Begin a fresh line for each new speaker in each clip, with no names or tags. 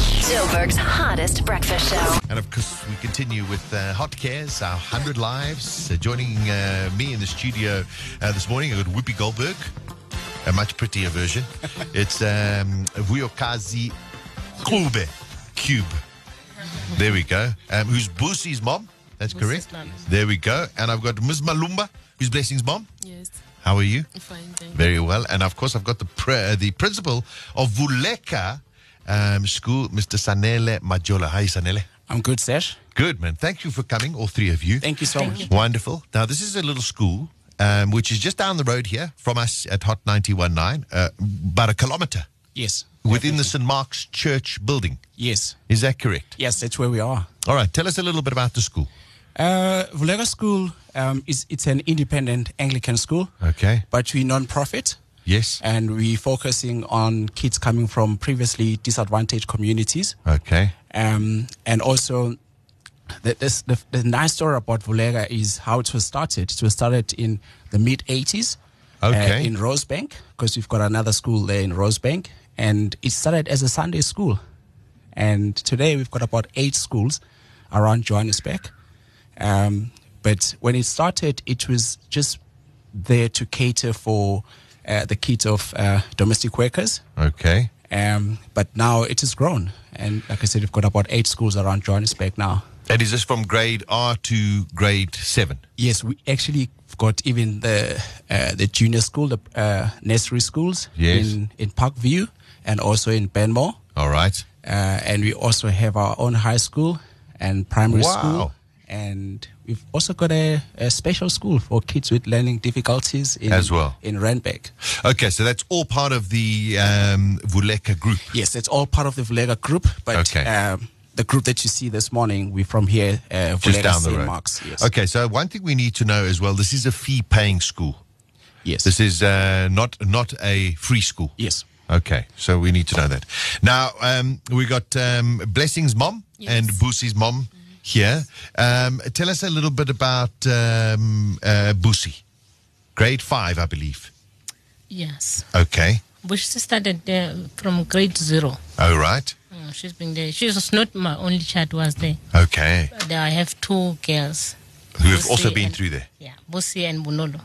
Network's hottest breakfast show.
And of course, we continue with uh, Hot Cares, our 100 Lives. Uh, joining uh, me in the studio uh, this morning, I've got Whoopi Goldberg, a much prettier version. it's um, Vuyokazi Kube. Cube. There we go. Um, who's Busi's mom. That's
Busi's
correct.
mum.
There we go. And I've got Ms. Malumba, who's Blessing's mom.
Yes,
How are you?
fine thing.
Very well. And of course, I've got the pr- uh, the principal of Vuleka um, School, Mr. Sanele Majola. Hi, Sanele.
I'm good, Sash.
Good, man. Thank you for coming, all three of you.
Thank you so much.
Wonderful. Now, this is a little school, um, which is just down the road here from us at Hot 91.9, uh, about a kilometre
Yes.
within the St. Mark's Church building.
Yes.
Is that correct?
Yes, that's where we are.
All right. Tell us a little bit about the school.
Uh, Vulega School um, is it's an independent Anglican school.
Okay. Uh,
But we're non-profit
Yes.
and we're focusing on kids coming from previously disadvantaged communities.
Okay.
Um, and also, the, this, the, the nice story about Vulega is how it was started. It was started in the mid 80s
Okay.
in Rosebank, because we've got another school there in Rosebank. And it started as a Sunday school. And today we've got about eight schools around Johannesburg. Um, but when it started, it was just there to cater for uh, the kids of uh, domestic workers.
Okay.
Um, but now it has grown. And like I said, we've got about eight schools around Johannesburg now.
And is this from grade R to grade seven?
Yes, we actually got even the uh, the junior school, the uh, nursery schools
Yes.
in, in Parkview and also in Benmore.
All right.
Uh, and we also have our own high school and primary
Wow.
school. And we've also got a, a special school for kids with learning difficulties in,
As well.
in Randbeck.
Okay, so that's all part of the um, Vuleka group.
Yes, it's all part of the Vulega group, but
Okay.
um, the group that you see this morning, we're from here, uh,
Just
Vulega
down the
Saint
road.
Mark's. Yes.
Okay, so one thing we need to know as well this is a fee paying school.
Yes.
This is uh, not not a free school.
yes.
Okay, so we need to know that. Now um, we got um, Blessing's mom
Yes.
and Boosie's mom here. Um, tell us a little bit about um, uh, Boosie, grade five, I believe.
Yes,
Okay,
but she started there from grade zero.
all right,
Mm, She's been there. She was not my only child was there.
okay.
There I have two girls.
Who have also
Boosie
been
and-
through there.
Yeah, Bosi and Bunolo.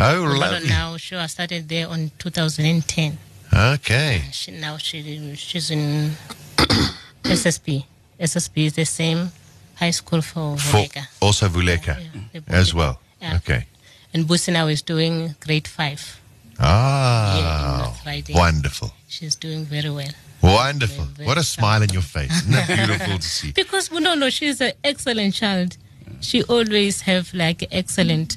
Oh,
Bunolo
lovely.
now she was started there on 2010.
Okay,
She now she she's in SSP. SSP is the same high school for
for
Voleka.
also Vuleka
Yeah, yeah.
as well.
Yeah.
Okay.
And Bosi now is doing grade five.
Ah,
Yeah, right there.
wonderful.
She's doing very well.
Wonderful.
Very, very
What a smile on your face. Isn't that beautiful to see?
Because Bunolo, she's an excellent child. She always have like excellent,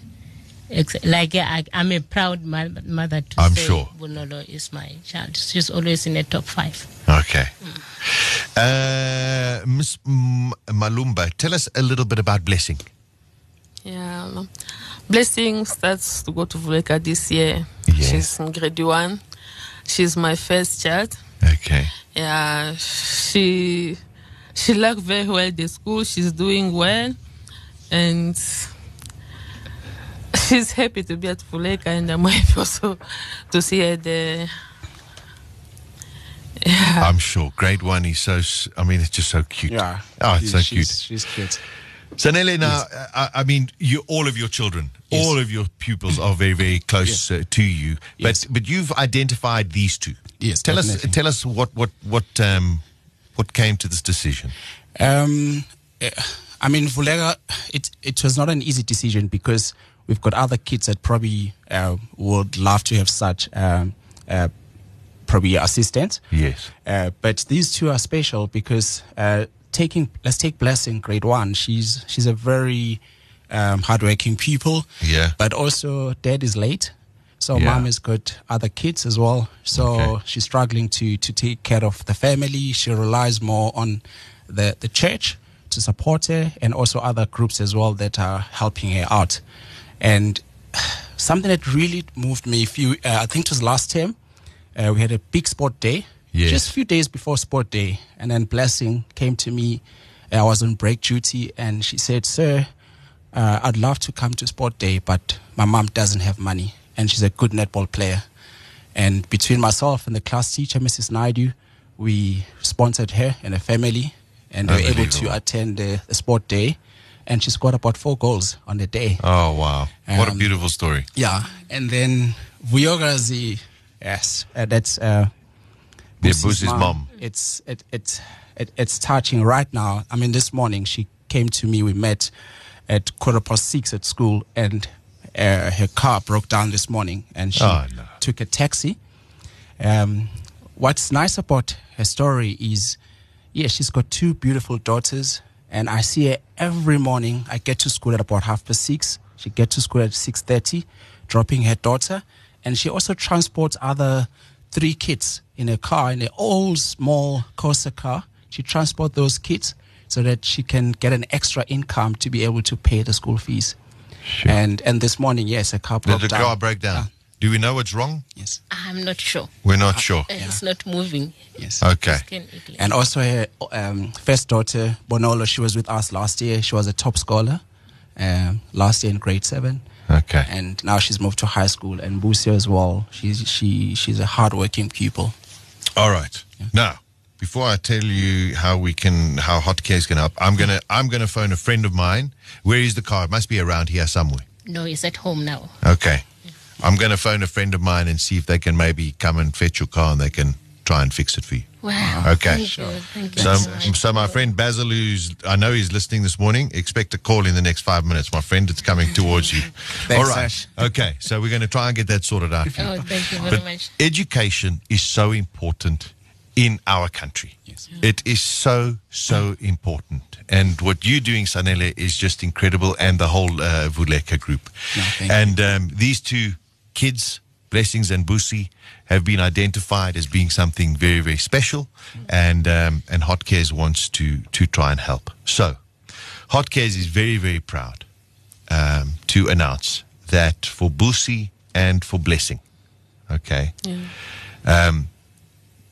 ex- like I, I'm a proud mo- mother to
I'm
say
sure.
Bunolo is my child. She's always in the top five.
Okay. Uh, Miss M- Malumba, tell us a little bit about blessing.
Yeah. um, Blessing starts to go to Vuleka this year.
Yes.
She's in grade one. She's my first child.
Okay.
Yeah. She she likes very well the school. She's doing well. And she's happy to be at Vuleka and I'm happy also to see her there.
Uh-huh.
I'm sure. Grade one is so, s- I mean, it's just so cute.
Yeah.
Oh, it's so
she's,
cute.
She's cute.
So, Nelly, now, uh, I, I mean, you, all of your children,
Yes.
all of your pupils are very, very close uh, to you. But,
Yes.
but you've identified these two.
Yes,
Tell
definitely.
us, tell us what, what, what, um, what came to this decision.
Um, eh, I mean, Vulega, it, it was not an easy decision because we've got other kids that probably uh, would love to have such um, uh, probably assistant.
Yes.
Uh, but these two are special because uh, taking let's take Blessing grade one. She's she's a very um, hardworking pupil.
Yeah.
But also dad is late, so
Yeah.
mom has got other kids as well. So
Okay.
she's struggling to to take care of the family. She relies more on the the church to support her and also other groups as well that are helping her out. And something that really moved me. If you, uh, I think it was last term, uh, we had a big sport day.
Yes.
Just a few days before sport day, and then Blessing came to me. Uh, I was on break duty, and she said, "Sir, uh, I'd love to come to sport day, but my mom doesn't have money, and she's a good netball player." And between myself and the class teacher, Mrs. Naidu, we sponsored her and her family, and we were able
Unbelievable.
to attend the, the sport day. And she scored about four goals on the day.
Oh, wow. What a
Um,
beautiful story.
Yeah, and then Vuyogazi, yes, uh, that's uh,
Yeah,
Busi's
Busi's mom.
It's it, it's it, it's touching right now. I mean, this morning she came to me. We met at quarter past six at school, and uh, her car broke down this morning, and she
Oh, no.
took a taxi. Um, what's nice about her story is, yeah, she's got two beautiful daughters, and I see her every morning. I get to school at about half past six. She gets to school at six thirty, dropping her daughter, and she also transports other three kids in a car in an old small Corsa car. She transports those kids so that she can get an extra income to be able to pay the school fees. And and this morning, yes, a car
Did
broke
the
down.
car break down? Do we know what's wrong?
Yes,
I'm not sure.
We're not sure.
It's not moving.
yes.
Okay.
Can it-
And also her um, first daughter, Bonolo, she was with us last year. She was a top scholar um, last year in grade seven.
Okay.
And now she's moved to high school. And Busio as well. She's, she, she's a hardworking pupil.
All right. Now, before I tell you how we can, how hot cares can help, I'm gonna, I'm gonna phone a friend of mine. Where is the car? It must be around here somewhere.
No, it's at home now.
Okay. I'm gonna phone a friend of mine and see if they can maybe come and fetch your car and they can try and fix it for you.
Wow.
Uh-huh. Okay.
Thank you. Thank you
So,
so much.
so my friend Basil, who's I know he's listening this morning, expect a call in the next five minutes. My friend, it's coming towards you.
Thanks,
All right.
Ash.
Okay. So we're going to try and get that sorted out. for you.
Oh, thank you very much.
Education is so important in our country.
Yes.
It is so, so important. And what you're doing, Sanele, is just incredible, and the whole uh, Vuleka group.
No, thank
and um, these two kids, Blessings and Busi, have been identified as being something very, very special, and, um, and Hot Cares wants to, to try and help. So, Hot Cares is very, very proud um, to announce that for Busi and for Blessing, okay, Um,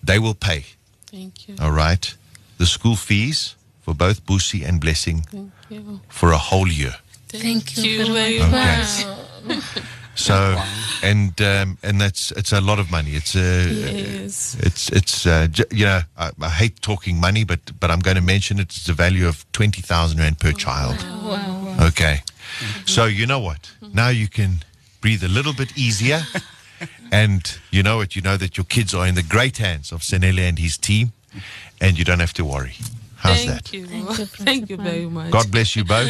they will pay
Thank you.
all right. The school fees for both Busi and Blessing
Thank you.
for a whole year.
Thank you very
very
much.
much.
So, and um, and that's it's a lot of money. It's a
Yes.
it's it's uh, j- you know I, I hate talking money, but but I'm going to mention it. It's the value of twenty thousand rand per child.
Wow. wow.
Okay. So you know what? Now you can breathe a little bit easier. and you know what? You know that your kids are in the great hands of Senele and his team, and you don't have to worry. How's
Thank
that?
you. Thank you very much.
God bless you both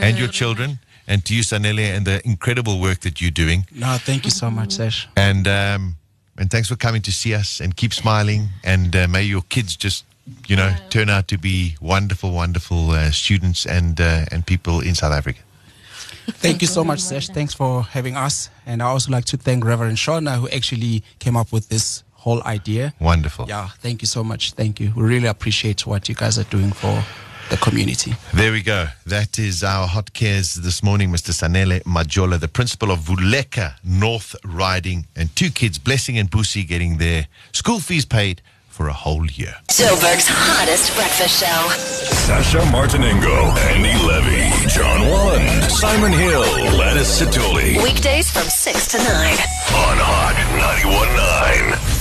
and your children, and to you, Sanele, and the incredible work that you're doing.
No, thank you so much, Sash.
And um, and thanks for coming to see us. And keep smiling. And uh, may your kids just, you know, turn out to be wonderful, wonderful uh, students and uh, and people in South Africa.
Thank you so much, Sesh. Thanks for having us. And I also like to thank Reverend Shauna, who actually came up with this whole idea.
Wonderful.
Yeah, thank you so much. Thank you. We really appreciate what you guys are doing for the community.
There we go. That is our hot cares this morning, Mr. Sanele Majola, the principal of Vuleka North Riding, and two kids, Blessing and Busi, getting their school fees paid for a whole year.
Joburg's hottest breakfast show.
Sasha Martinengo, Andy Levy, John Wallen, Simon Hill, Gladys Satuli
Weekdays from 6 to 9.
on Hot 919.